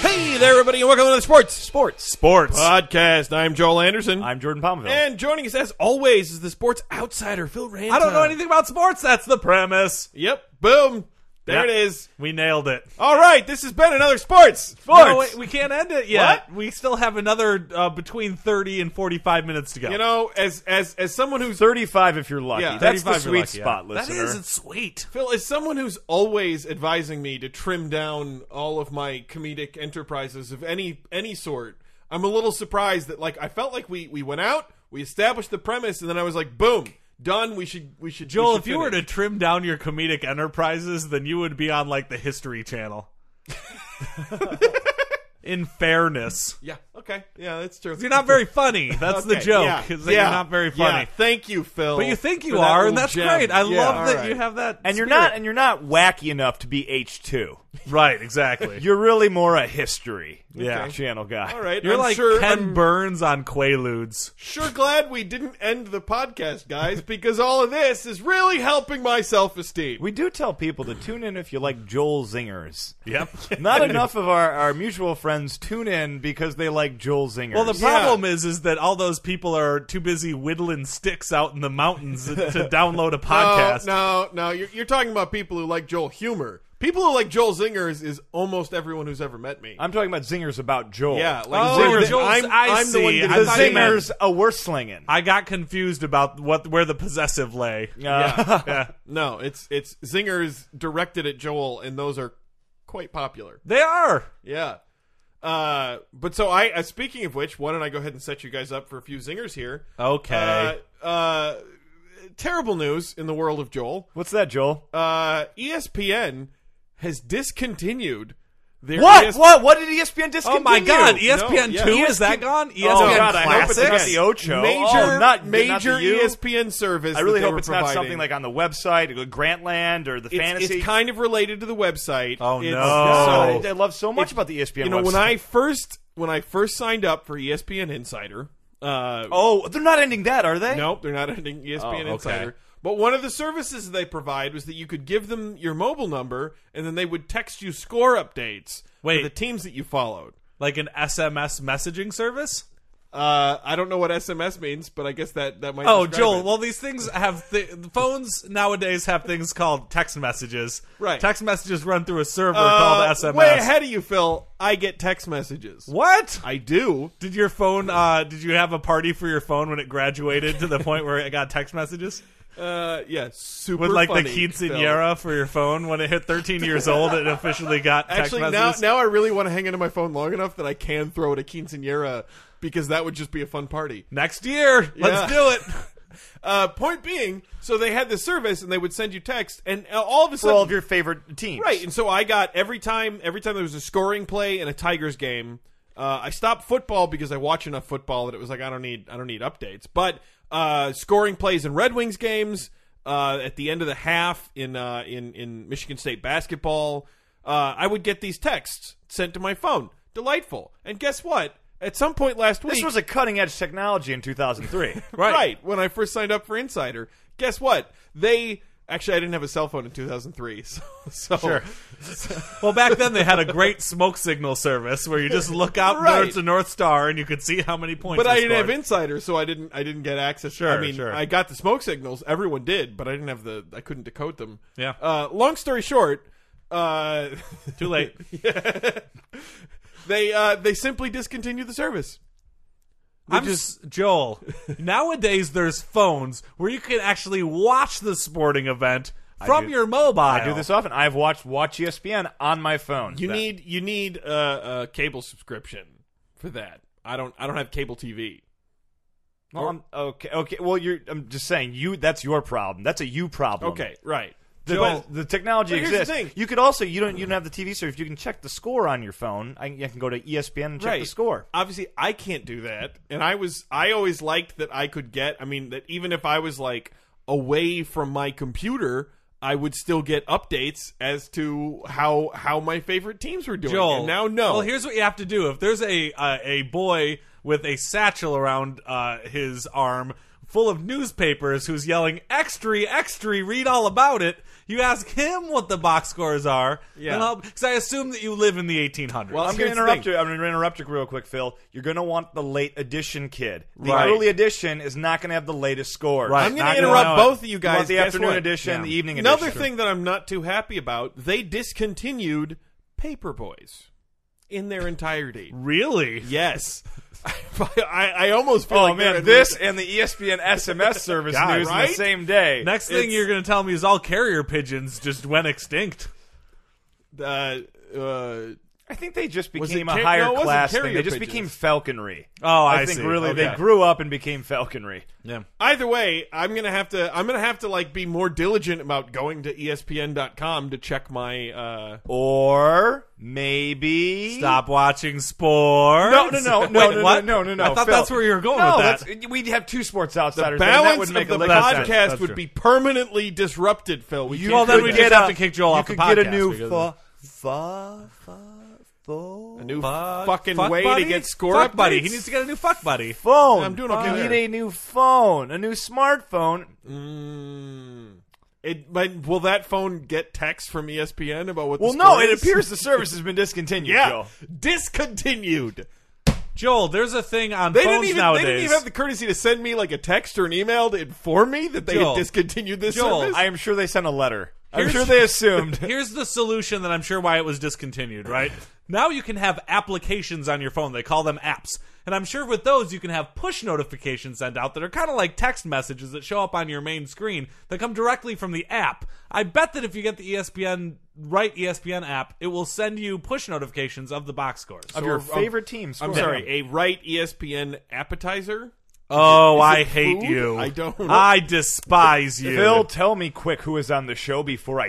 Hey there, everybody, and welcome to the Sports Sports Sports. Podcast. Uh, I'm Joel Anderson, I'm Jordan Palmville. and joining us as always is the sports outsider Phil Rand. I don't know anything about sports. That's the premise. Yep, boom, there Yep. it is. We nailed it. All right, this has been another sports. Sports. No, wait, we can't end it yet. We still have another uh, between 30 and 45 minutes to go. you know, as as as someone who's 35 if you're lucky. Yeah, 35 That's the you're sweet lucky, yeah. spot, That listener. is, it's sweet. Phil, as someone who's always advising me to trim down all of my comedic enterprises of any any sort, I'm a little surprised that like I felt like we we went out, we established the premise, and then I was like, boom, done. We should we should. we Joel, should if you were to finish. trim down your comedic enterprises, then you would be on like the History Channel. In fairness, yeah, okay, yeah, that's true. you're not very funny. That's the Okay, joke. yeah, is that yeah, You're not very funny. yeah. Thank you, Phil. But you think you for that are, and little that's gem. great. I Yeah, all love that right. you have that. and you're spirit. not and you're not wacky enough to be H2. right. Exactly. You're really more a history Yeah. channel guy. All right, You're I'm like sure, Ken I'm Burns on Quaaludes. sure glad we didn't end the podcast, guys, because all of this is really helping my self-esteem. We do tell people to tune in if you like Joel Zingers. Yep. Not enough of our, our mutual friends tune in because they like Joel Zingers. Well, the problem is, is that all those people are too busy whittling sticks out in the mountains to download a podcast. No, no, no. You're, you're talking about people who like Joel humor. People who like Joel Zingers is almost everyone who's ever met me. I'm talking about Zingers about Joel. yeah, Oh, like Zingers. Joel's- I'm, I I'm the one see. getting I the thought you meant- Zingers a Uh, worse slinging. I got confused about what where the possessive lay. Yeah. Yeah. no, it's it's Zingers directed at Joel, and those are quite popular. They are. Yeah. Uh, but so I, uh, speaking of which, why don't I go ahead and set you guys up for a few zingers here? Okay. Uh, uh, terrible news in the world of Joel. What's that, Joel? Uh, ESPN has discontinued their what? ES what? What did E ESPN discontinue? oh my God! ESPN yeah. two is that gone? E ESPN Oh, God, I hope Classic. it's not the Ocho. Major, Oh, not- major E not the U? ESPN service. I that really they hope were it's not providing. something like on the website, like Grantland or the It's- fantasy. It's kind of related to the website. Oh, It's- no. I, I love so much about the E ESPN. You know, when website. I first when I first signed up for E ESPN Insider, uh, oh, they're not ending that, are they? Nope, they're not E ending Oh, ESPN okay. Insider. But one of the services they provide was that you could give them your mobile number, and then they would text you score updates Wait. for the teams that you followed. like an SMS messaging service. Uh, I don't know what SMS means, but I guess that that might. Oh, describe Joel. it. Well, these things have th- phones nowadays have things called text messages. Right. Text messages run through a server Uh, called SMS. Way ahead of you, Phil. I get text messages. What? I do. Did your phone? Uh, did you have a party for your phone when it graduated to the point where it got text messages? Uh, yeah, super. With like funny, the Phil. quinceanera for your phone when it hit 13 years old, it officially got text Actually, now messages. now I really want to hang into my phone long enough that I can throw it a quinceanera because that would just be a fun party. Next year, let's Yeah. do it. Uh, point being, so they had this service and they would send you text, and uh, all of a For sudden, all of your favorite teams, right. And so I got every time, every time there was a scoring play in a Tigers game, uh, I stopped football because I watch enough football that it was like I don't need, I don't need updates. But uh, scoring plays in Red Wings games uh, at the end of the half in uh, in in Michigan State basketball, uh, I would get these texts sent to my phone. Delightful. And guess what? At some point last week, This was a cutting edge technology in 2003. right. when I first signed up for Insider. Guess what? They actually I didn't have a cell phone in 2003, so, so Sure. Well, back then they had a great smoke signal service where you just look out Right. towards the North Star and you could see how many points. But you I didn't scored. have Insider, so I didn't I didn't get access. Sure, I mean, sure. I got the smoke signals. Everyone did, but I didn't have the I couldn't decode them. Yeah. Uh, long story short, uh, Too late. they uh, they simply discontinued the service. I'm just Joel. Nowadays, there's phones where you can actually watch the sporting event from do- your mobile. I I do this often. I've watched E Watch ESPN on my phone. You need you need a, a cable subscription for that. I don't I don't have cable TV. Well, I'm- okay, okay. Well, you're. I'm just saying you. That's your problem. That's a you problem. Okay, right. the, Joel- the technology But here's the exists. thing. You could also you don't you don't have the TV service. You can check the score on your phone. I, I can go to E ESPN and check the score. Obviously, I can't do that, and I was I always liked that I could get. I mean, that even if I was like away from my computer, I would still get updates as to how how my favorite teams were doing. Joel. And now, no. Well, here's what you have to do. If there's a uh, a boy with a satchel around uh, his arm full of newspapers who's yelling "Extra, extra! Read all about it." You ask him what the box scores are. Yeah. Because I assume that you live in the 1800s. Well, I'm going to Here's the interrupt thing. you. I'm going to interrupt you real quick, Phil. You're going to want the late edition kid. The Right. early edition is not going to have the latest score. Right. I'm It's going not to gonna interrupt know it. both of you guys. want the Guess afternoon what? edition, the evening Another edition. thing that I'm not too happy about: they discontinued Paper Boys in their entirety. really? yes, I, I almost feel Oh like they're- man, this and the E ESPN SMS service God, news in right? the same day. Next thing It's- you're going to tell me is all carrier pigeons just went extinct. Uh, uh, I think they just Was it became car- a higher no, it wasn't class thing. carrier They just pigeons. became falconry. Oh, I think see. really Okay. they grew up and became falconry. Yeah. either way, I'm gonna have to. I'm gonna have to like be more diligent about going to E ESPN.com to check my. Uh, Or maybe Stop watching sports. No, no, no, no, Wait, no, what? no, no, no. I thought Phil. that's where you were going No, with that. that's- We'd have two sports outsiders. there, and that balance would of make the a lick of podcast sense. That's true. would be permanently disrupted, Phil. We well, can't then do we that. just have to kick Joel you off the could get podcast a new because- fa, fa, fa, fo- a new Fuck- fucking fuck way buddy? to get score Fuck buddy. updates. He needs to get a new fuck buddy. phone. I'm doing You okay need there. a new phone, a new smartphone. Mm-hmm. Mm. It, but will that phone get text from E ESPN about what? Well, the no, score it is? appears the service has been discontinued. Yeah, Joe. discontinued. Joel, there's a thing on They phones didn't even. nowadays. They didn't even have the courtesy to send me like a text or an email to inform me that they Joel. had discontinued this Joel, service. I am sure they sent a letter. I'm Here's- sure they assumed. Here's the solution that I'm sure why it was discontinued, right? now you can have applications on your phone. They call them apps. And I'm sure with those you can have push notifications sent out that are kind of like text messages that show up on your main screen that come directly from the app. I bet that if you get the E ESPN right E ESPN app, it will send you push notifications of the box scores. of your I'm- favorite team. um, I'm scored. sorry, a right E ESPN appetizer. Oh, I it hate food? you. I don't- I despise you. Phil, tell me quick who is on the show before I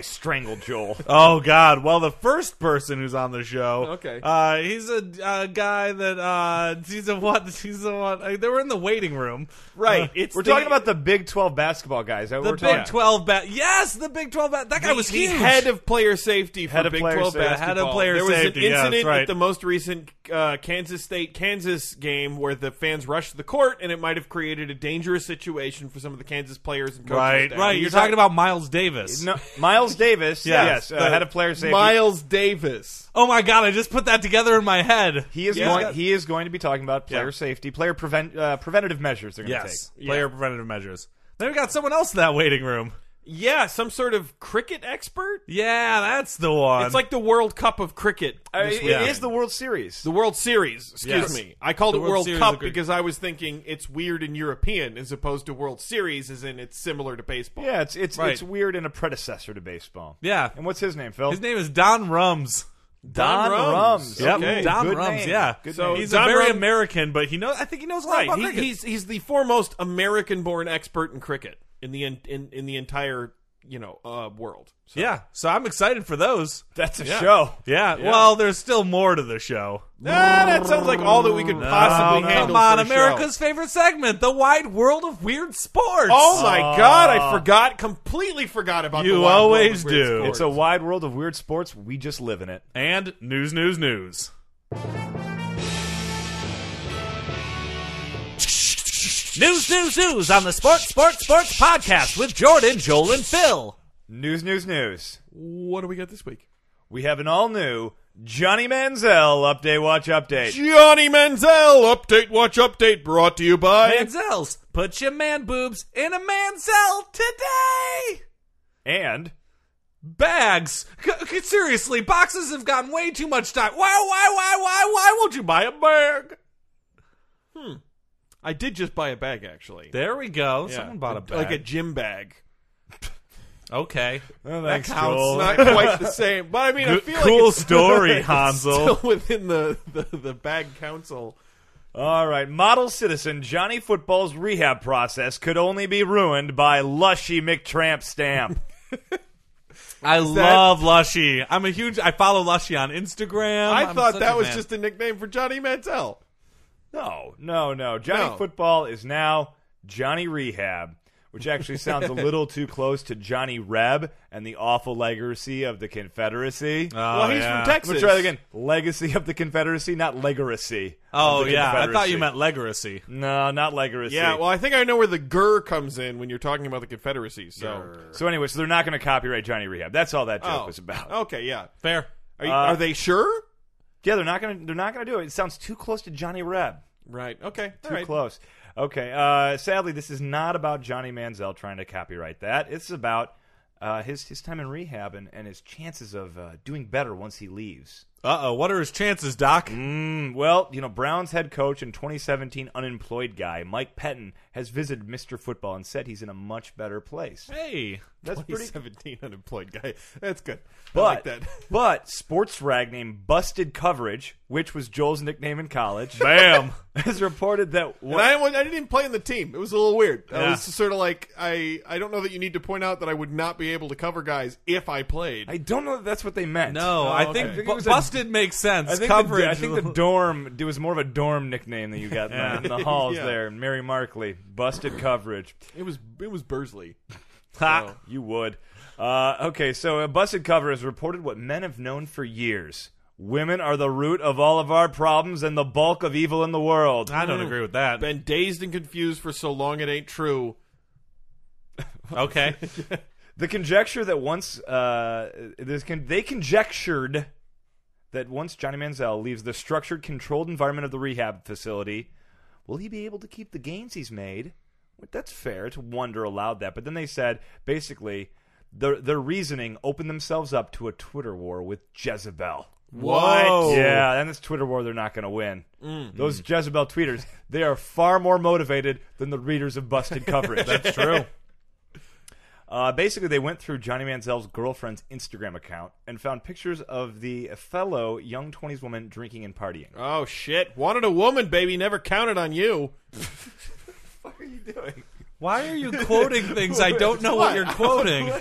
strangle Joel. Oh God! Well, the first person who's on the show, Okay. uh, he's a uh, guy that uh, he's a what? He's a what? Uh, they were in the waiting room, Right, Uh, it's We're the- talking about the Big 12 basketball guys. The the Big Twelve bat. Yes, the Big Twelve bat. That guy the, was the huge. head of player safety for Head of Big player 12 safety. basketball. Head of player there was safety, an yeah, that's incident right. at the most recent uh, Kansas State Kansas game where the fans rushed the court, and it might have created a dangerous situation for some of the Kansas players and coaches. right, down. right. You're talking about Miles Davis. No, Miles Davis, Yes, yes, the- uh, head of player safety. Miles Davis. Oh my God! I just put that together in my head. he is Yeah. going. He is going to be talking about player Yeah. safety, player prevent uh, preventative measures they're going to yes, take. player preventative measures. Then we got someone else in that waiting room. Yeah, some sort of cricket expert. Yeah, that's the one. It's like the World Cup of cricket. Uh, this it- weekend. it is the World Series. The World Series, excuse Yes. me. I called The it World World, Series Cup of cricket. because I was thinking it's weird and European as opposed to World Series, as in it's similar to baseball. yeah, it's it's Right. it's weird and a predecessor to baseball. yeah. And what's his name, Phil? His name is Don Rums. Don, Rums. Yep, Okay. Don good Rums. name. Yeah, Good So- name. he's Don a very Rum- American, but he knows. I think he knows a lot Right. about He, cricket. he's he's the foremost American-born expert in cricket in the in in, in the entire you know uh, world. So, yeah, so I'm excited for those. That's a Yeah. show. Yeah, well, there's still more to the show. Ah, that sounds like all that we could possibly Oh, handle. come on, for a show. America's favorite segment, the wide world of weird sports. Oh my God! I forgot, completely forgot about. You the Wild World of always Weird do. Sports. It's a wide world of weird sports. We just live in it. and news, news, news. News, news, news on the Sports, Sports, Sports podcast with Jordan, Joel, and Phil. News, news, news. What do we got this week? We have an all new Johnny Manziel update. Watch update. Johnny Manziel update, watch update, brought to you by. Manzels, put your man boobs in a Manzel today. And bags. C- c- seriously, boxes have gotten way too much time. Why, why, why, why, why won't you buy a bag? I did just buy a bag actually. There we go. Yeah. Someone bought a bag. like a gym bag. okay. oh, thanks, counts. Joel. Not quite the same, but I mean, I feel like it's story, still within the, the the bag council. All right, model citizen Johnny Football's rehab process could only be ruined by lushy McTramp stamp. I that- love Lushy. I'm a huge. I follow Lushy on Instagram. I I'm thought such that a was fan. just a nickname for Johnny Mantel. No, no, no. Johnny No. Football is now Johnny Rehab, which actually sounds a little too close to Johnny Reb and the awful legacy of the Confederacy. Oh, well, he's yeah. from Texas. Let's try that again. Legacy of the Confederacy, not legacy. Oh of the yeah, I thought you Confederacy. meant legacy. no, not legacy. Yeah, well, I think I know where the gur comes in when you're talking about the Confederacy. So, Oh, so anyway, so they're not going to copyright Johnny Rehab. That's all that Oh. joke was about. Okay, yeah. Fair. Are, you, Uh, are they sure? Yeah, they're not going to. They're not going to do it. It sounds too close to Johnny Reb. Right. Okay. Too close. Okay. Uh, sadly, this is not about Johnny Manziel trying to copyright that. It's about uh, his his time in rehab and, and his chances of uh, doing better once he leaves. Uh oh. What are his chances, Doc? Mm, well, you know, Browns head coach and 2017 unemployed guy Mike Pettin has visited Mr. Football and said he's in a much better place. Hey. That's pretty 2017 unemployed guy. That's good. But, I like that. but sports rag named Busted Coverage, which was Joel's nickname in college, Bam. has reported that And I, wa- I didn't even play in the team. It was a little weird. I Yeah. was sort of like, I, I don't know that you need to point out that I would not be able to cover guys if I played. I don't know that that's what they meant. No, I think I think it bu- was a- busted makes sense. I think, Coverage. The, I think the dorm it was more of a dorm nickname that you got in the- in, the, halls Yeah. there. Mary Markley busted coverage. it was it was Bursley. Ha. You would. Uh, okay, so a busted cover has reported what men have known for years: women are the root of all of our problems and the bulk of evil in the world. I don't agree with that. Been dazed and confused for so long it ain't true. Okay. The conjecture that once uh, this con- they conjectured that once Johnny Manziel leaves the structured, controlled environment of the rehab facility, will he be able to keep the gains he's made? Well, that's fair to wonder aloud that. But then they said basically their their reasoning opened themselves up to a Twitter war with Jezebel. Whoa. Yeah, and this Twitter war they're not going to win. Mm. Those Jezebel tweeters, they are far more motivated than the readers of busted coverage. That's true. Uh, basically, they went through Johnny Manziel's girlfriend's Instagram account and found pictures of the fellow young 20s woman drinking and partying. Oh shit! Wanted a woman, baby. Never counted on you. What are you doing? Why are you quoting things I don't know what you're quoting?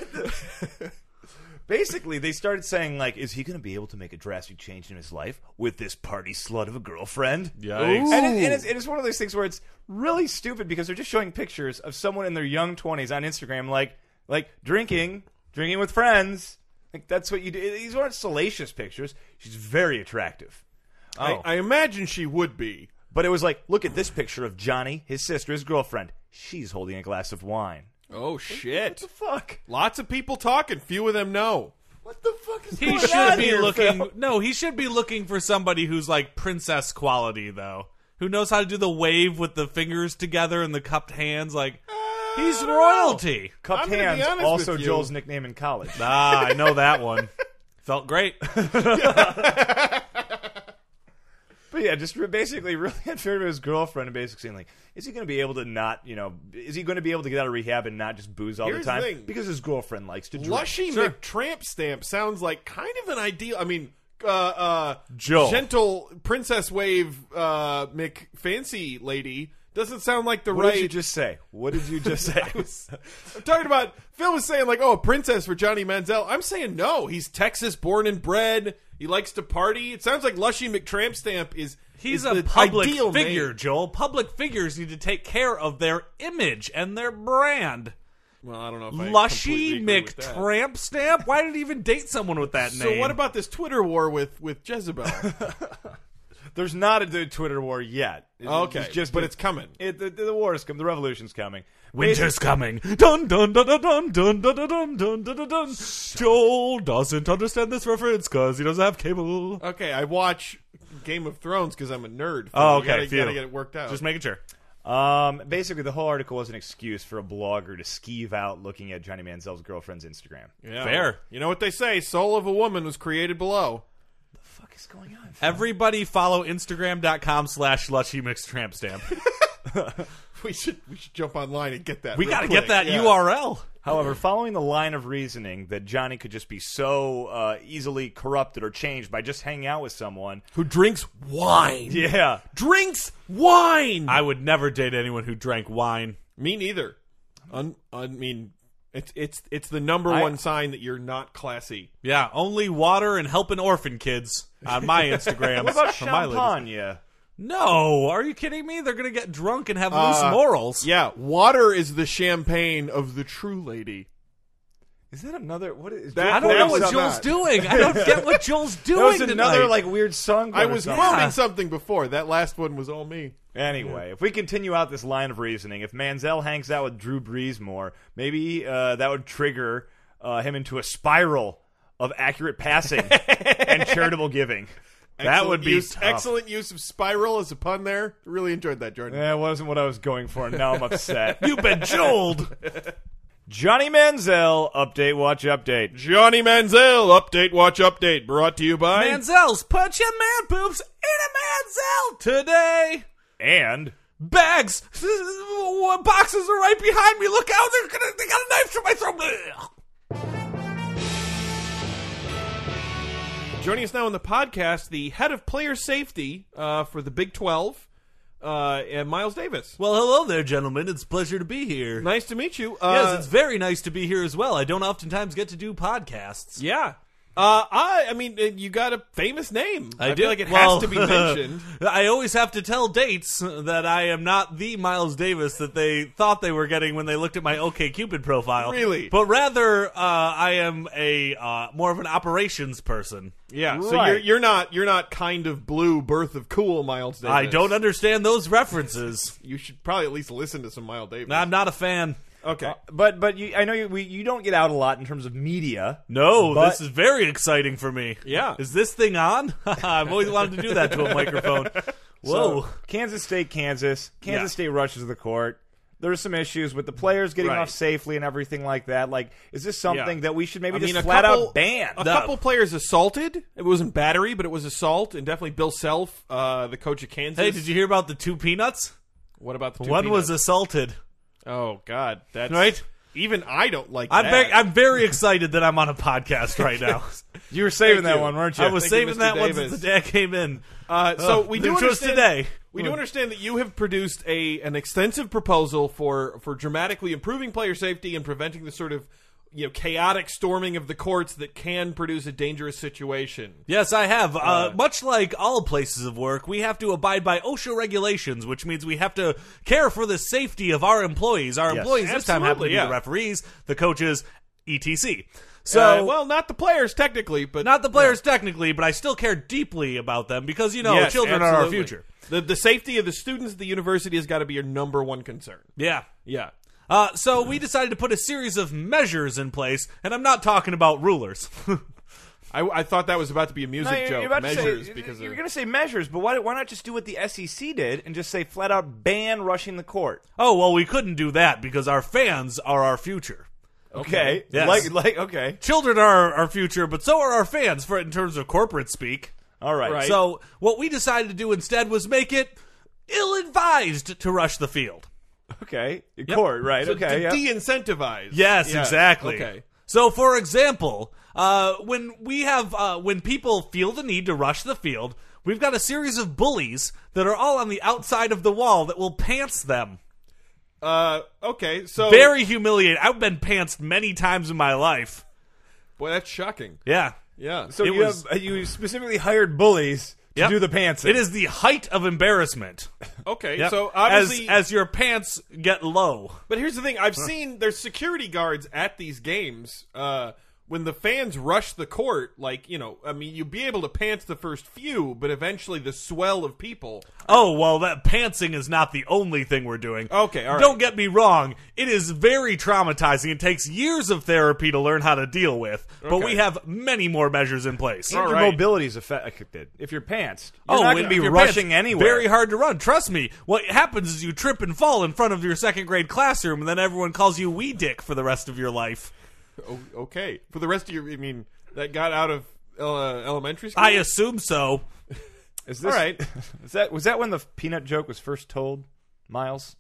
Basically, they started saying, like, is he going to be able to make a drastic change in his life with this party slut of a girlfriend? Yikes. And, it, and it's, it is one of those things where it's really stupid because they're just showing pictures of someone in their young 20s on Instagram, like, like drinking, drinking with friends. Like, that's what you do. These aren't salacious pictures. She's very attractive. Oh. I, I imagine she would be. But it was like, look at this picture of Johnny, his sister, his girlfriend. She's holding a glass of wine. Oh shit! Fuck. Lots of people talking. Few of them know. What the fuck is He should be looking. No, he should be looking for somebody who's like princess quality though, who knows how to do the wave with the fingers together and the cupped hands. Like Uh, he's royalty. Cupped I'm gonna be hands, honest also with you. Joel's nickname in college. Ah, I know that one. Felt great. But yeah, just re- basically really unfair to his girlfriend and basically saying like, is he going to be able to not, you know, is he going to be able to get out of rehab and not just booze all Here's the the time? thing. Because his girlfriend likes to drink. Lushy McTramp stamp sounds like kind of an ideal. I mean, uh, uh, Joel. gentle princess wave uh, McFancy lady doesn't sound like the What right. did you just say? What did you just say? I'm talking about Phil was saying like, oh, a princess for Johnny Manziel. I'm saying no. He's Texas born and bred. He likes to party. It sounds like Lushy McTramp stamp is He's is a the public ideal name. figure, Joel. Public figures need to take care of their image and their brand. Well, I don't know. If I Lushy completely agree with that. McTramp Stamp. Why did he even date someone with that So name? what about this Twitter war with with Jezebel? There's not a d- Twitter war yet. It- Okay, it's just but it's coming. It, the, the war is coming. The revolution's coming. Winter's coming. Dun dun dun dun dun dun dun dun dun dun dun dun dun. Joel doesn't understand this reference because he doesn't have cable. Okay, I watch Game of Thrones because I'm a nerd. Oh, You gotta, okay, phew. gotta get it worked out. Just making sure. Um, basically, the whole article was an excuse for a blogger to skeeve out looking at Johnny Manziel's girlfriend's Instagram. Yeah. Fair. You know what they say? Soul of a woman was created below. the fuck is going on? Everybody follow Instagram.com slash Lushy Mix Tramp Stamp. We should we should jump online and get that. We real gotta quick. get that Yeah. URL. However, following the line of reasoning that Johnny could just be so uh, easily corrupted or changed by just hanging out with someone, Who drinks wine? yeah, Drinks wine. I would never date anyone who drank wine. Me neither. Un, I mean, It's it's it's the number I- one sign that you're not classy. Yeah, only water and helping orphan kids on my Instagram. What about from my ladies. champagne? No, are you kidding me? They're gonna get drunk and have loose Uh, morals. Yeah, water is the champagne of the true lady. Is that another? What is? That- I don't That know was what not Joel's that. doing. I don't get what Joel's doing. that was tonight. another like weird song. I or was something. quoting something before. That last one was all me. Anyway, if we continue out this line of reasoning, if Manziel hangs out with Drew Brees more, maybe uh, that would trigger uh, him into a spiral of accurate passing and charitable giving. that Excellent would be use, tough. excellent use of spiral as a pun. There, really enjoyed that, Jordan. That Eh, wasn't what I was going for. and Now I'm upset. You've been Joeled. Johnny Manziel update. Watch update. Johnny Manziel update, watch update, brought to you by. Manziel's punching man poops in a Manziel today. And Bags, boxes are right behind me. Look out! They're gonna, they got a knife to my throat. Blech. Joining us now on the podcast, the head of player safety uh, for the Big Twelve, uh, and Miles Davis. Well, hello there, gentlemen. It's a pleasure to be here. Nice to meet you. yes, Uh, it's very nice to be here as well. I don't oftentimes get to do podcasts. yeah. Uh, I I mean, uh, you got a famous name. I, do. feel like it Well, has to be mentioned. I always have to tell dates that I am not the Miles Davis that they thought they were getting when they looked at my OKCupid profile. Really? But rather, uh, I am a uh, more of an operations person. Yeah, so Right. you're you're not you're not kind of blue, birth of cool, Miles Davis. I don't understand those references. You should probably at least listen to some Miles Davis. I'm not uh, a fan. okay. but but you, I know you we, you don't get out a lot in terms of media. No, But- this is very exciting for me. Yeah. Is this thing on? I've always wanted to do that to a microphone. Whoa. So, Kansas State, Kansas. Yeah. Kansas State rushes the court. There's some issues with the players getting Right. off safely and everything like that. Like, is this something Yeah. that we should maybe I just mean, a flat couple, out ban? A No. couple players assaulted. It wasn't battery, but it was assault, and definitely Bill Self, uh, the coach of Kansas. hey, did you hear about the two peanuts? What about the two One was peanuts? assaulted. Oh God, that's Right? Even I don't like I'm that. very, I'm very excited that I'm on a podcast right now. you were Thank saving that you. one, weren't you? I was Thank you, saving Mr. that one Davis. since the day I came in. uh, so Ugh, we do just understand today. We do understand that you have produced a an extensive proposal for for dramatically improving player safety and preventing the sort of you know chaotic storming of the courts that can produce a dangerous situation. Yes, I have. Uh, much like all places of work, we have to abide by OSHA regulations, which means we have to care for the safety of our employees. Our employees this time happen to be Absolutely, yeah. the referees, the coaches, etc. Uh, So, well, not the players technically, but not the players technically, but I still care deeply about them because you know Yes, children are our absolutely. future. The the safety of the students at the university has got to be your number one concern. Yeah. Yeah. Uh, so we decided to put a series of measures in place, and I'm not talking about rulers. I, I thought that was about to be a music No, you're, joke. you're about measures to say, because you're of, going to say measures, but why, why not just do what the SEC did and just say flat out ban rushing the court? oh well, we couldn't do that because our fans are our future. Okay, Yes. like like okay, Children are our future, but so are our fans. For in terms of corporate speak. all right. Right. So what we decided to do instead was make it ill-advised to rush the field. Okay, court, right? okay, to yeah. de-incentivize. Yes, Yeah, exactly. Okay. So, for example, uh, when we have uh, when people feel the need to rush the field, we've got a series of bullies that are all on the outside of the wall that will pants them. Uh, okay. So Very humiliating. I've been pantsed many times in my life. boy, that's shocking. Yeah. Yeah. so it you was- have, Uh, you specifically hired bullies to Yep. do the pants. It is the height of embarrassment. okay. Yep. So obviously, as, as your pants get low. but here's the thing: I've seen there's security guards at these games. Uh, when the fans rush the court, like you know, I mean, you'd be able to pants the first few, but eventually the swell of people. Oh well, that pantsing is not the only thing we're doing. Okay, all right. Don't get me wrong; it is very traumatizing. It takes years of therapy to learn how to deal with. But Okay. we have many more measures in place. your right. mobility is affected. If you're pants, you're Oh, not and going to be your rushing pants, anywhere. Very hard to run. Trust me. What happens is you trip and fall in front of your second grade classroom, and then everyone calls you wee dick for the rest of your life. O- okay. For the rest of your, I mean, that got out of uh, elementary school. I assume so. Is this, All right. Is that was that when the peanut joke was first told, Miles?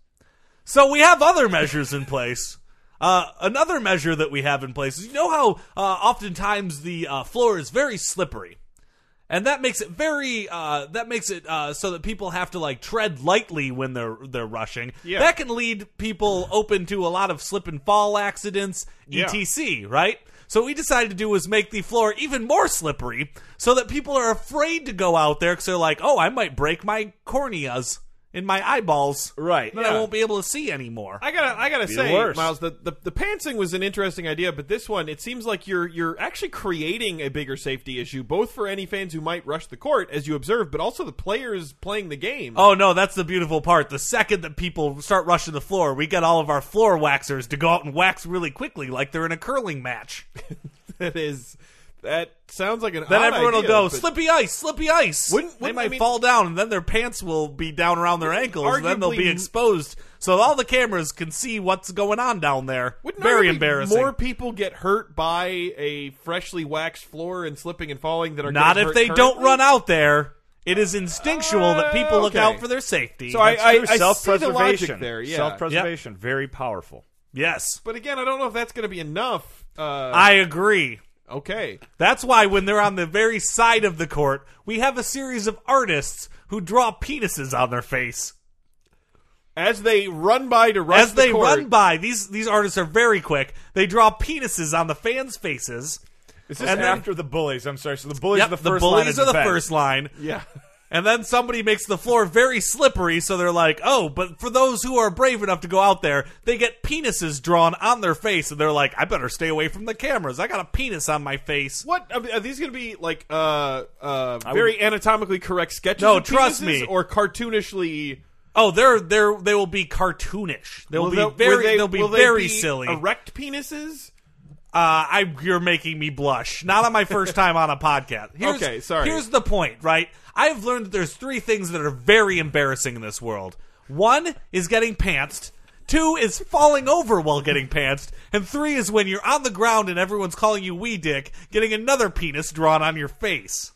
So we have other measures in place. Uh, another measure that we have in place is you know how uh, oftentimes the uh, floor is very slippery. and that makes it very uh, that makes it uh, so that people have to like tread lightly when they're they're rushing. Yeah. That can lead people open to a lot of slip and fall accidents, E Yeah. etc. Right. So what we decided to do was make the floor even more slippery, so that people are afraid to go out there because they're like, "Oh, I might break my corneas in my eyeballs, Right, Then I yeah. won't be able to see anymore." I gotta, I gotta Be the say, worst. Miles, the, the the pantsing was an interesting idea, but this one, it seems like you're you're actually creating a bigger safety issue, both for any fans who might rush the court, as you observed, but also the players playing the game. Oh no, that's the beautiful part. The second that people start rushing the floor, we get all of our floor waxers to go out and wax really quickly, like they're in a curling match. that is, that sounds like an. Then odd everyone idea, will go but slippy ice, slippy ice. Wouldn't- they wouldn't- might I mean- fall down, and then their pants will be down around their ankles, and then they'll be Arguably- exposed, so all the cameras can see what's going on down there. wouldn't Very arguably embarrassing. More people get hurt by a freshly waxed floor and slipping and falling that are Not getting if hurt they don't currently? run out there. It is instinctual that people look okay. out for their safety. So I- That's true. I see the self-preservation. logic there, yeah. Self-preservation, very powerful. yes, But again, I don't know if that's going to be enough. Uh, I agree. okay. That's why when they're on the very side of the court, we have a series of artists who draw penises on their face. As they run by to rush As the they court, run by, these these artists are very quick. They draw penises on the fans' faces. Is this And then- after the bullies? I'm sorry. So the bullies Yep, are the the, first line bullies of are the defense. first line. yeah. And then somebody makes the floor very slippery, so they're like, oh, but for those who are brave enough to go out there, they get penises drawn on their face, and they're like, I better stay away from the cameras. I got a penis on my face. What I mean, are these going to be like uh uh very anatomically correct sketches? No, of trust penises me. Or cartoonishly, Oh, they're they're they will be cartoonish. They'll will be they- will very they, will be will they very be silly. Erect penises. Uh, I you're making me blush. Not on my first time on a podcast. Here's, Okay, sorry. Here's the point, right? I've learned that there's three things that are very embarrassing in this world. One is getting pantsed. Two is falling over while getting pantsed, and three is when you're on the ground and everyone's calling you wee dick, getting another penis drawn on your face.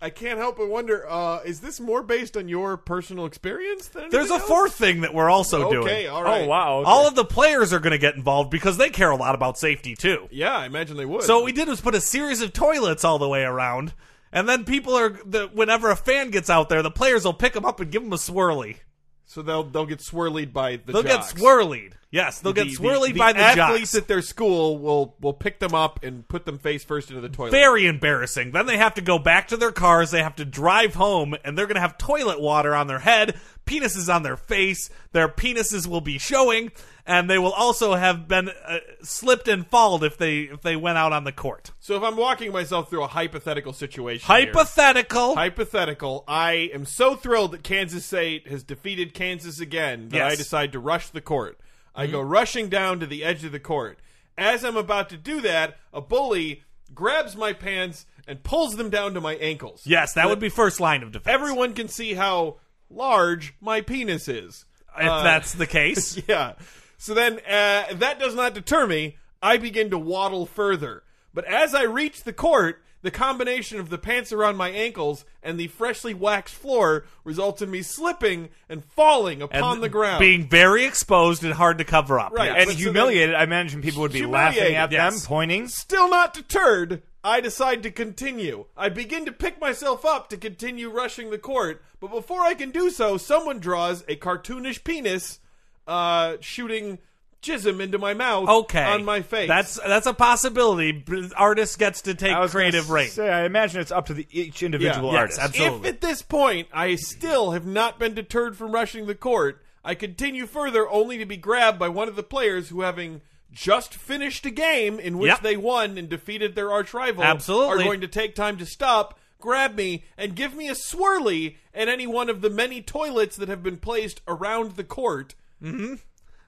I can't help but wonder: uh, is this more based on your personal experience? Than There's a anything fourth thing that we're also else? doing. Okay, all right. Oh wow! okay. All of the players are going to get involved because they care a lot about safety too. Yeah, I imagine they would. So what we did was put a series of toilets all the way around, and then people are the whenever a fan gets out there, the players will pick them up and give them a swirly. so they'll they'll get swirlied by the. They'll jocks. get swirlied. Yes, they'll get The- the- swirlied by the athletes jocks. at their school will will pick them up and put them face first into the toilet. Very embarrassing. Then they have to go back to their cars. They have to drive home, and they're going to have toilet water on their head, penises on their face. Their penises will be showing, and they will also have been uh, slipped and falled if they if they went out on the court. So if I'm walking myself through a hypothetical situation, here- Hypothetical. hypothetical, I am so thrilled that Kansas State has defeated Kansas again that Yes. Mm-hmm. I decide to rush the court. I go rushing down to the edge of the court. As I'm about to do that, a bully grabs my pants and pulls them down to my ankles. yes, that would be first line of defense. Everyone can see how large my penis is. if uh, that's the case. Yeah. So then uh, that does not deter me. I begin to waddle further. But as I reach the court, the combination of the pants around my ankles and the freshly waxed floor results in me slipping and falling upon the ground. Being very exposed and hard to cover up. Right. Yeah. and But so humiliated. I imagine people would be laughing at Humiliated, yes. them, pointing. Still not deterred, I decide to continue. I begin to pick myself up to continue rushing the court, but before I can do so, someone draws a cartoonish penis uh, shooting jism into my mouth Okay. on my face. That's that's a possibility. B- Artist gets to take I was gonna creative reign. Say, I imagine it's up to the, each individual Yes, artist. absolutely. If at this point I still have not been deterred from rushing the court, I continue further only to be grabbed by one of the players who, having just finished a game in which Yep. they won and defeated their arch rival, Absolutely. are going to take time to stop, grab me, and give me a swirly at any one of the many toilets that have been placed around the court.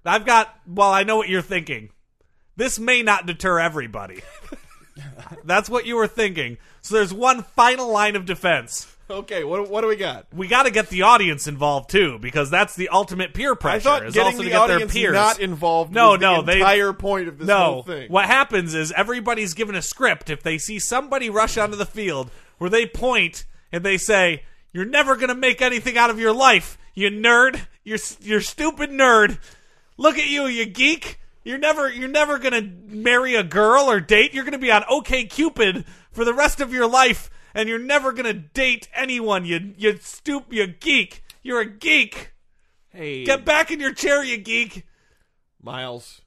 I've got. Well, I know what you're thinking. This may not deter everybody. that's what you were thinking. So there's one final line of defense. Okay, what, what do we got? We got to get the audience involved too, because that's the ultimate peer pressure. I thought is getting also the to get their audience peers not involved No, was no, the they- entire point of this No. whole thing. What happens is everybody's given a script. If they see somebody rush onto the field where they point and they say, "You're never going to make anything out of your life, you nerd. You're you're stupid nerd. Look at you, you geek. You're never you're never going to marry a girl or date. You're going to be on OK Cupid for the rest of your life." and you're never gonna date anyone. You you stoop. You geek. You're a geek. Hey, Get back in your chair, you geek. Miles,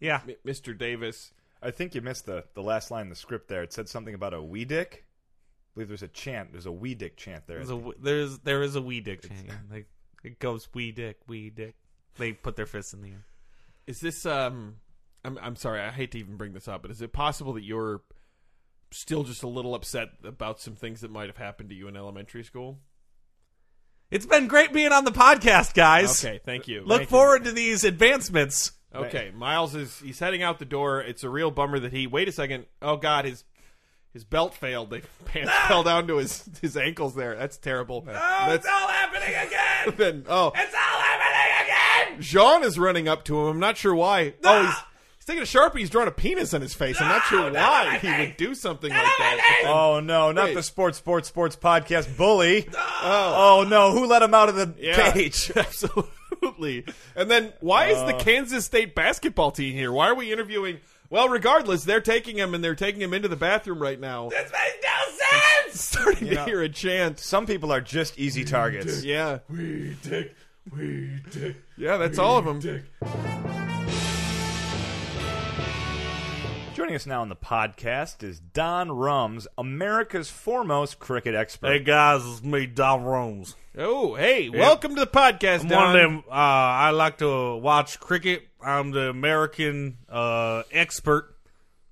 Yeah. M- Mr. Davis. I think you missed the, the last line in the script there. It said something about a wee dick. I believe there's a chant. There's a wee dick chant there. There's a w- there's there is a wee dick. chant, yeah. Like it goes wee dick, wee dick. They put their fists in the air. Is this um? I'm I'm sorry. I hate to even bring this up, but is it possible that you're still just a little upset about some things that might have happened to you in elementary school? It's been great being on the podcast, guys. Okay, thank you. Look Thank you. forward to these advancements. Okay, Miles is he's heading out the door. It's a real bummer that he. Wait a second. Oh God, his his belt failed. The pants fell down to his his ankles. There, that's terrible. that's all happening again. then. Oh, It's all happening again. Jean is running up to him. I'm not sure why. Oh, he's, he's taking a sharpie. He's drawing a penis on his face. I'm not sure No, not why my he face. would do something Not like my that. face. Oh no, not Wait. the sports, sports, sports podcast bully. Oh, Oh no, who let him out of the yeah, cage? absolutely. And then why is the Kansas State basketball team here? Why are we interviewing? Well, regardless, they're taking him and they're taking him into the bathroom right now. This makes no sense. Starting to know- hear a chant. Some people are just easy targets. Yeah, We dick, we dick, yeah, that's all of them. dick. Joining us now on the podcast is Don Rums, America's foremost cricket expert. Hey guys, it's me, Don Romes. Oh, hey, welcome to the podcast, I'm one of Don. them. Uh, I like to watch cricket. I'm the American uh, expert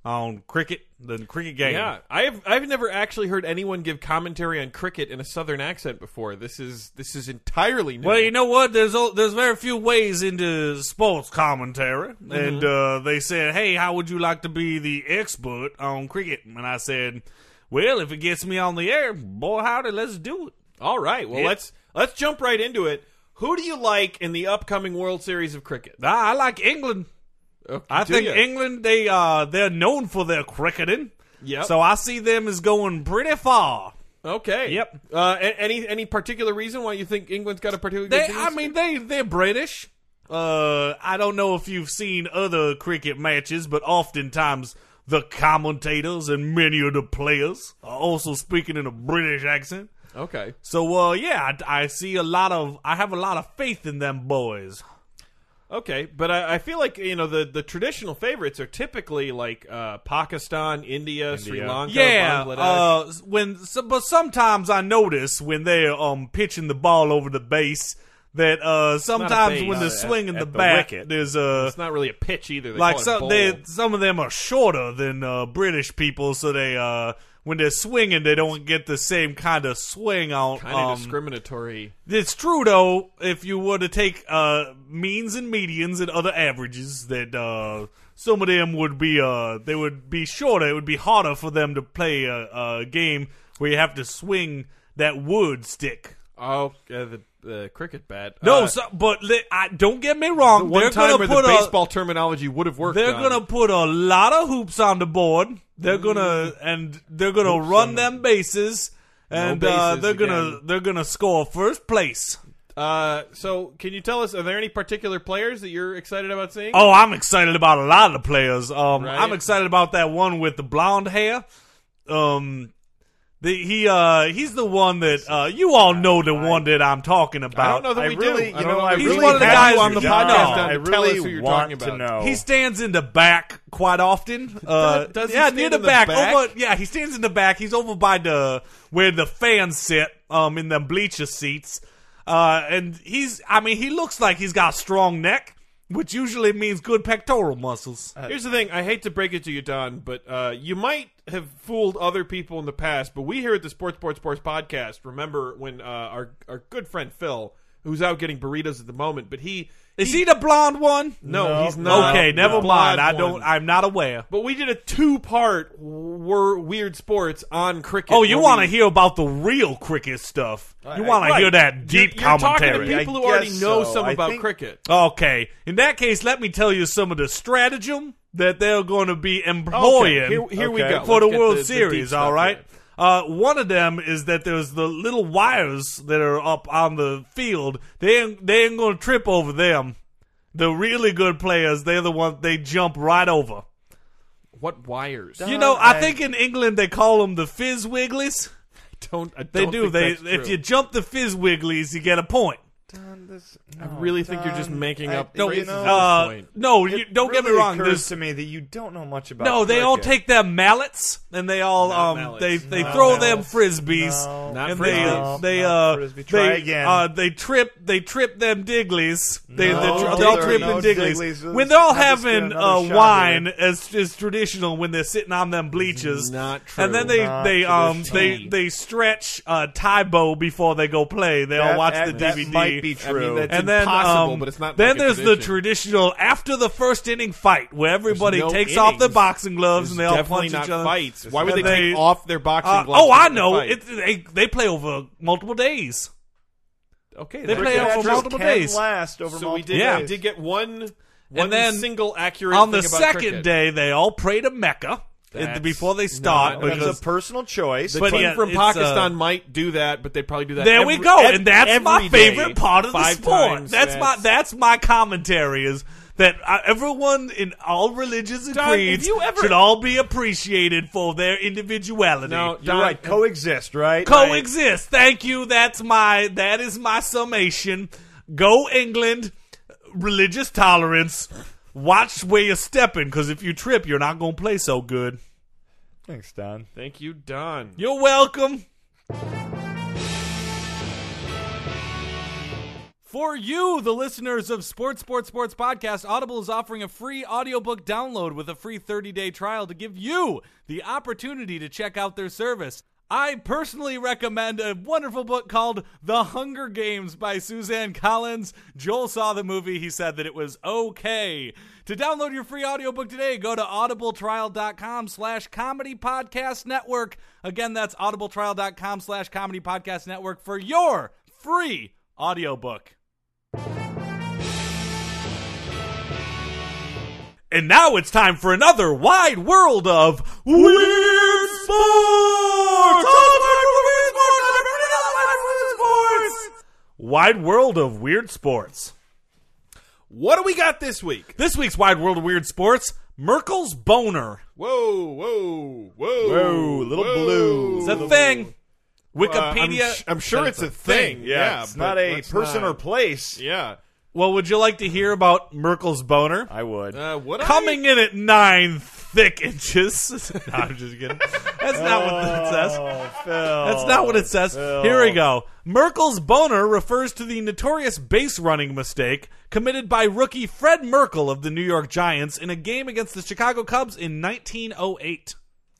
on cricket, the cricket game. Yeah, I've I've never actually heard anyone give commentary on cricket in a southern accent before. This is this is entirely new. Well, you know what? There's o- there's very few ways into sports commentary, Mm-hmm. and uh, they said, "Hey, how would you like to be the expert on cricket?" And I said, "Well, if it gets me on the air, boy, howdy, let's do it." All right, well Yeah. let's let's jump right into it. Who do you like in the upcoming World Series of cricket? I, I like England. Okay, I do think ya? England they uh they're known for their cricketing. Yep. So I see them as going pretty far. Okay. Yep. Uh, a- any any particular reason why you think England's got a particular? They, good I team? mean, they they're British. Uh, I don't know if you've seen other cricket matches, but oftentimes the commentators and many of the players are also speaking in a British accent. okay. So, uh, yeah, I, I see a lot of, I have a lot of faith in them boys. Okay, but I, I feel like you know the, the traditional favorites are typically like uh, Pakistan, India, Sri India. Lanka, Yeah, Bangladesh. uh, when so, but sometimes I notice when they're um pitching the ball over the base that uh sometimes base. when they're Not at- swinging at the the bat, wicket. there's uh it's not really a pitch either. They like call it some bowl. they, some of them are shorter than uh, British people, so they uh when they're swinging they don't get the same kind of swing on. kind of um, discriminatory. it's true though, if you were to take uh means and medians and other averages, that uh some of them would be uh they would be shorter. It would be harder for them to play a, a game where you have to swing that wood stick. Oh, uh, the the cricket bat. No, Uh, so, but li- I, don't get me wrong. the one they're time gonna where the put a, baseball terminology would have worked. They're Don. gonna put a lot of hoops on the board. Mm-hmm. They're gonna and they're gonna run them bases, and uh, bases they're gonna again. they're gonna score first place. Uh, so can you tell us? Are there any particular players that you're excited about seeing? Oh, I'm excited about a lot of the players. Um, Right. I'm excited about that one with the blonde hair. Um, the, he uh he's the one that uh you all know the one that I'm talking about. I don't know that I we really, do. you I don't know, know I that we really He's one of the have guys you, on the Don. podcast down to I tell us really who you're want talking to about. know. He stands in the back quite often. Uh, does he yeah, stand near the, in the back. back? Over, yeah, he stands in the back. He's over by the where the fans sit, um, in the bleacher seats. Uh, and he's, I mean, he looks like he's got a strong neck, which usually means good pectoral muscles. Here's the thing. I hate to break it to you, Don, but uh, you might have fooled other people in the past. But we here at the Sports Sports Sports podcast remember when uh, our our good friend Phil, who's out getting burritos at the moment, but he Is he the blonde one? no, No. he's not. okay, never Blonde mind. I don't. one. I'm not aware. but we did a two part were weird sports on cricket. Oh, you where want we- to hear about the real cricket stuff? You want Right. to hear that deep you're, you're commentary? Talking to people I who already guess know so. some I about think- cricket. Okay. In that case, let me tell you some of the stratagem that they're going to be employing Okay, here, here we Okay. go Oh, for Let's the get World deep Series. stuff all right. here. Uh, one of them is that there's the little wires that are up on the field. They ain't, they ain't going to trip over them. The really good players, they're the ones they jump right over. What wires? You know, I think in England they call them the fizz wigglies. don't I They don't do. think They that's if true. you jump the fizz wigglies, you get a point. I really think you're just making up No, phrases know, at uh, this point. no, you, don't get me wrong. Occurs There's to me that you don't know much about. no, they all cricket. take their mallets and they all Not um mallets. they they Oh, Not throw mallets. them frisbees. No. Not and they frisbees. uh, they Not uh, frisbee. Try they again. uh they trip they trip them digglies. They No, they're, tr- there they're all are tripping no digglies. digglies. When they're all Let's get having another uh, shot here. wine, as is traditional, when they're sitting on them bleachers. Not true. And then they Not they um they traditional. they stretch uh, tie bow before they go play. They all That- watch that- the that DVD. might be I mean, true. that's- and then, impossible, um, but it's not Then like a there's the tradition. traditional after the first inning fight where everybody no takes off their innings. boxing gloves It's and they all definitely punch not each other. fights. Why would they, And they- take off their boxing Uh, gloves? oh, when I they know. fight? It, they they play over multiple days. okay, they that- play Cricket out for matches multiple can days. Last So over we multiple did. Yeah. We days. did get one. One then single accurate on the thing about second cricket. day, they all pray to Mecca in- That's before they start. not- That's because- a personal choice. The But team yeah, from it's, uh, Pakistan might do that, but they probably do that. there every- we go, ev- and that's every my day, favorite part of the five sport. times. that's, my that's my commentary is that uh, everyone in all religions and Don, if creeds you ever- should all be appreciated for their individuality. No, You're Don, right. Coexist, right? coexist. Thank you. That's my that is my summation. Go England, religious tolerance. Watch where you're stepping, because if you trip, you're not gonna play so good. Thanks, Don. Thank you, Don. You're welcome. For you, the listeners of Sports Sports Sports Podcast, Audible is offering a free audiobook download with a free 30-day trial to give you the opportunity to check out their service. I personally recommend a wonderful book called The Hunger Games by Suzanne Collins. Joel saw the movie, he said that it was okay. To download your free audiobook today, go to audibletrial.com slash comedy podcast network. Again, that's audibletrial.com slash comedy podcast network for your free audiobook. And now it's time for another wide world of weird sports. Wide world of weird sports. What do we got this week? This week's wide world of weird sports: Merkel's boner. Whoa, whoa, whoa, Whoa, little blue. It's a thing. Uh, I'm, Wikipedia. sh- I'm sure it's a thing. Yeah, it's but not a let's person not- or place. Yeah. well, would you like to hear about Merkel's boner? I would. Uh, what Coming in at nine thick inches. no, I'm just kidding. That's not what it says. Oh, That's not what it says. Oh. Here we go. Merkel's boner refers to the notorious base running mistake committed by rookie Fred Merkel of the New York Giants in a game against the Chicago Cubs in 1908.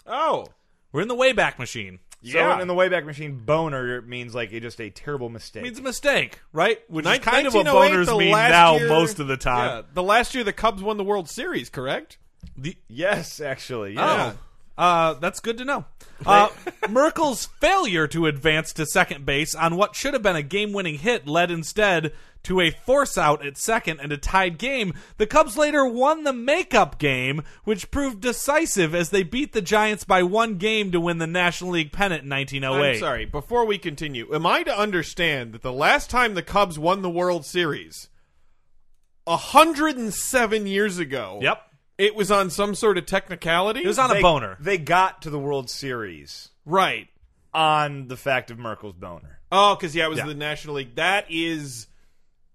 I, oh, We're in the Wayback Machine. So yeah. in the Wayback Machine, boner means like a, just a terrible mistake. Means a mistake, right? Which is Nin- kind of what 1908, boners the mean last now year- most of the time. Yeah, the last year the Cubs won the World Series, correct? The, yes, actually. Oh. Yeah. Uh, that's good to know. Uh, Merkel's failure to advance to second base on what should have been a game winning hit led instead to a force out at second and a tied game. The Cubs later won the makeup game, which proved decisive as they beat the Giants by one game to win the National League pennant in 1908. I'm sorry. Before we continue, am I to understand that the last time the Cubs won the World Series, hundred and seven years ago, Yep. it was on some sort of technicality. It was on They, a boner. They got to the World Series right. on the fact of Merkel's boner. Oh, because yeah, it was Yeah. the National League. That is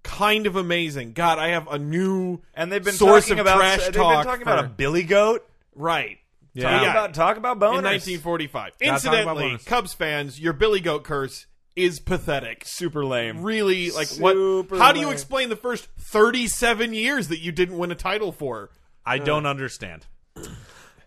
kind of amazing. God, I have a new And they've been source talking of about trash they've talk been talking about for- a billy goat. right. Yeah. Talk about talk about boners. in 1945. Not talking about Incidentally, bonus. Cubs fans, your Billy Goat curse is pathetic. Super lame. Really, like Super what? How do you lame. explain the first 37 years that you didn't win a title for? I don't understand.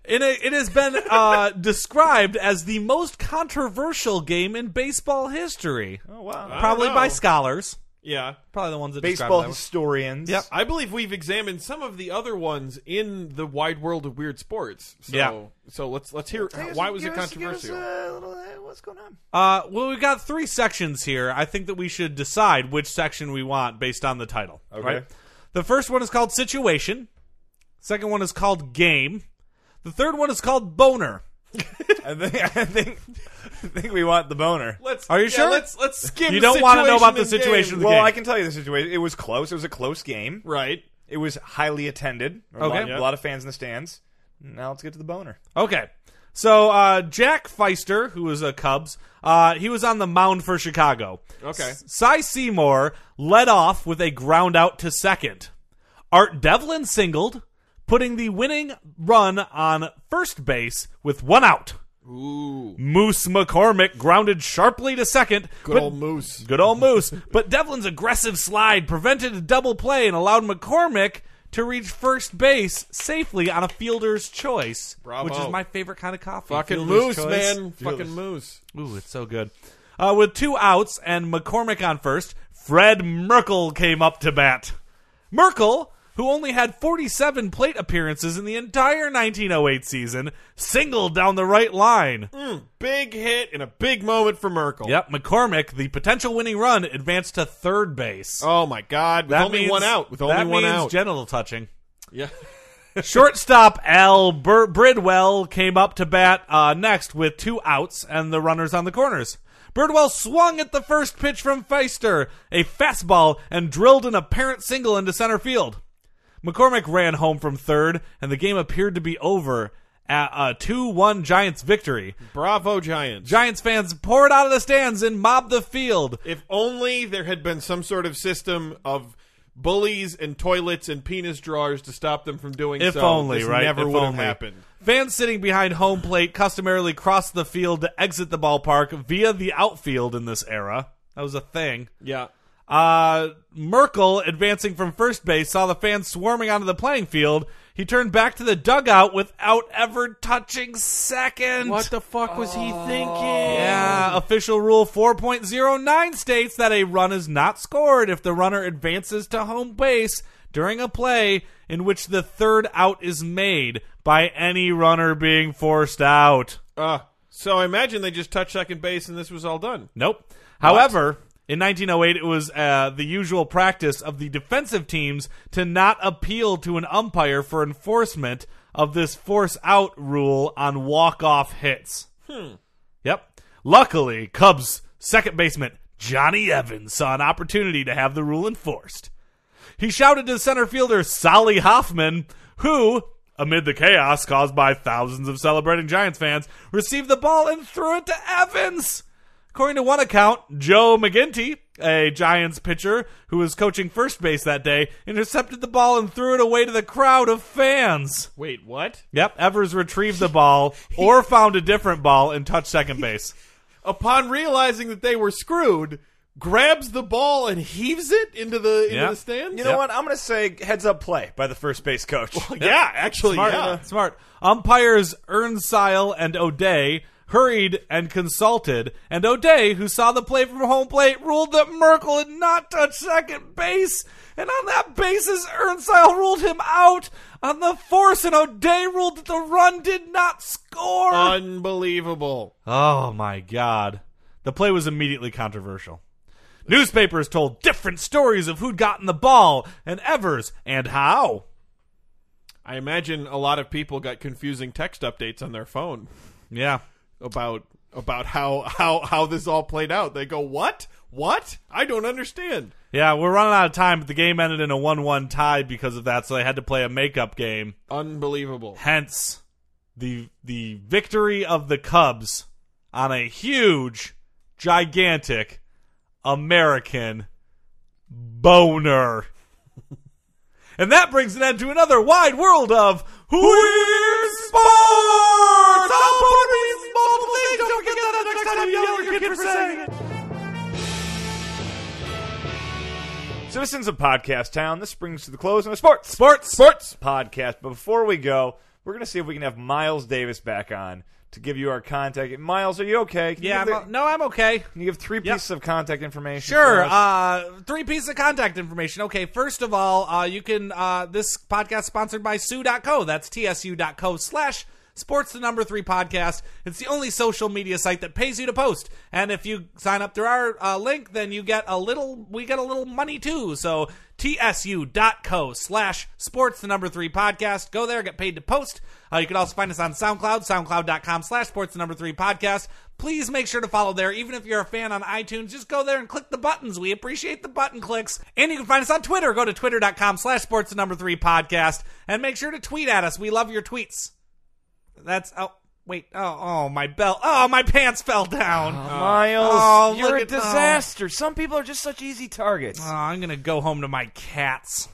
It, it has been uh, described as the most controversial game in baseball history, oh wow. probably know. by scholars. Yeah, Probably the ones that describe Baseball that one. historians. Yep. I believe we've examined some of the other ones in the wide world of weird sports. So, Yeah. So let's let's hear Take us- why was give it us- give us uh, controversial. a little, hey, what's going on? Uh, well, we've got three sections here. I think that we should decide which section we want based on the title. Okay. The first one is called situation. Second one is called game. The third one is called boner. I think I think I think we want the boner. let's Are you yeah, sure? Let's let's skim. You don't wanna know about the and game. situation of the Well, game. I can tell you the situation. It was close. It was a close game. Right. It was highly attended. A Okay. lot, a lot of fans in the stands. Now let's get to the boner. Okay. So uh, Jack Feister, who was a Cubs, uh, he was on the mound for Chicago. Okay. S- Cy Seymour led off with a ground out to second. Art Devlin singled, putting the winning run on first base with one out. Ooh, Moose McCormick grounded sharply to second, good but old moose. Good old Moose. But Devlin's aggressive slide prevented a double play and allowed McCormick to reach first base safely on a fielder's choice, Bravo. which is my favorite kind of coffee. Fucking Fielder's moose, choice. man. Fucking moose. Ooh, it's so good. Uh, with two outs and McCormick on first, Fred Merkel came up to bat. Merkel, who only had 47 plate appearances in the entire 1908 season, singled down the right line. Big hit and a big moment for Merkel. Yep, McCormick, the potential winning run, advanced to third base. Oh my God! With That only means- one out. With only that one means out. Genital touching. yeah. Shortstop Al Bur- Bridwell came up to bat uh, next with two outs and the runners on the corners. Birdwell swung at the first pitch from Feister, a fastball, and drilled an apparent single into center field. McCormick ran home from third, and the game appeared to be over at a 2 1 Giants victory. Bravo, Giants. Giants fans poured out of the stands and mobbed the field. If only there had been some sort of system of bullies and toilets and penis drawers to stop them from doing If so. only, this right? Never If would only. have happened. Fans sitting behind home plate customarily crossed the field to exit the ballpark via the outfield in this era. That was a thing. Yeah. Uh, Merkel, advancing from first base, saw the fans swarming onto the playing field. He turned back to the dugout without ever touching second. What the fuck was he thinking? Yeah, official rule 4.09 states that a run is not scored if the runner advances to home base during a play in which the third out is made by any runner being forced out. Uh, so I imagine they just touched second base and this was all done. Nope. However, in 1908, it was uh, the usual practice of the defensive teams to not appeal to an umpire for enforcement of this force out rule on walk off hits. Hmm. Yep. Luckily, Cubs second baseman Johnny Evans saw an opportunity to have the rule enforced. He shouted to center fielder Solly Hoffman, who, amid the chaos caused by thousands of celebrating Giants fans, received the ball and threw it to Evans. According to one account, Joe McGinty, a Giants pitcher who was coaching first base that day, intercepted the ball and threw it away to the crowd of fans. Wait, what? Yep, Evers retrieved the ball or found a different ball and touched second base. Upon realizing that they were screwed, grabs the ball and heaves it into the into Yeah. the stands. You know what? I'm going to say heads up play by the first base coach. Yeah, actually, Smart. yeah. Smart. Umpires Ernsile and O'Day hurried and consulted, and O'Day, who saw the play from home plate, ruled that Merkel had not touched second base, and on that basis, Ernsile ruled him out on the force, and O'Day ruled that the run did not score. Uh, Unbelievable. oh my god. The play was immediately controversial. Newspapers told different stories of who'd gotten the ball, and Evers, and how. I imagine a lot of people got confusing text updates on their phone Yeah. about about how how how this all played out. They go, "What? What? I don't understand." Yeah, we're running out of time, but the game ended in a 1 1 tie because of that, so they had to play a makeup game. Unbelievable. Hence, the, the victory of the Cubs on a huge, gigantic American boner. and that brings an end to another wide world of Weird Sports! Don't, Don't forget that next time you yell at your kid for saying it. Citizens of Podcast Town, this brings to the close on a sports, Sports! sports podcast. But before we go, we're going to see if we can have Miles Davis back on to give you our contact. Miles, are you okay? Can Yeah, you give I'm, the- no, I'm okay. Can you give three pieces of contact information? Sure. for us? Uh, three pieces of contact information. Okay, first of all, uh, you can, uh, this podcast is sponsored by Sue.co. That's TSU.co slash sports the number three podcast. It's the only social media site that pays you to post. And if you sign up through our uh, link, then you get a little, we get a little money too. So TSU.co slash sports the number three podcast. Go there, get paid to post. Uh, you can also find us on SoundCloud, soundcloud.com slash sports the number three podcast. Please make sure to follow there. Even if you're a fan on iTunes, just go there and click the buttons. We appreciate the button clicks. And you can find us on Twitter. Go to twitter.com slash sports the number three podcast and make sure to tweet at us. We love your tweets. That's oh wait oh oh my belt oh my pants fell down. Uh-huh. Oh, Miles, Oh, you're look a at- Uh, oh. disaster. Some people are just such easy targets. I'm gonna go home to my cats.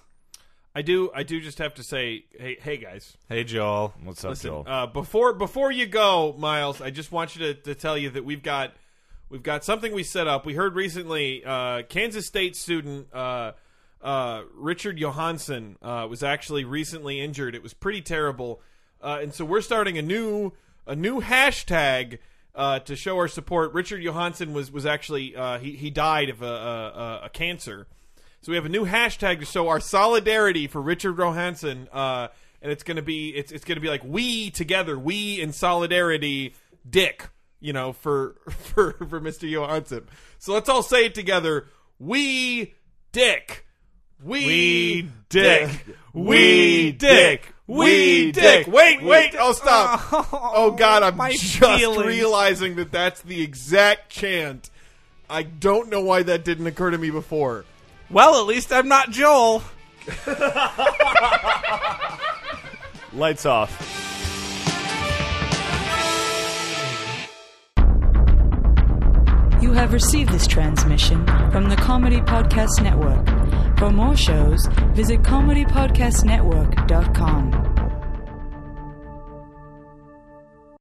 I do. I do just have to say, hey, hey guys, Hey Joel, What's up, listen. Joel? Uh, before before you go, Miles, I just want you to, to tell you that we've got we've got something we set up. We heard recently, uh, Kansas State student uh, uh, Richard Johansson uh, was actually recently injured. It was pretty terrible, uh, and so we're starting a new a new hashtag. Uh, to show our support, Richard Johansson was was actually uh, he he died of a, a, a- a cancer, so we have a new hashtag to show our solidarity for Richard Rohanson, uh, and it's gonna be it's it's gonna be like we together, we in solidarity, Dick. You know, for for for Mr. Johansson. So let's all say it together: We Dick, we, Dick, we Dick, we Dick. Wait, wait! Oh, stop! Oh God, I'm my just feelings. realizing that that's the exact chant. I don't know why that didn't occur to me before. Well, at least I'm not Joel. Lights off. You have received this transmission from the Comedy Podcast Network. For more shows, visit comedypodcastnetwork.com.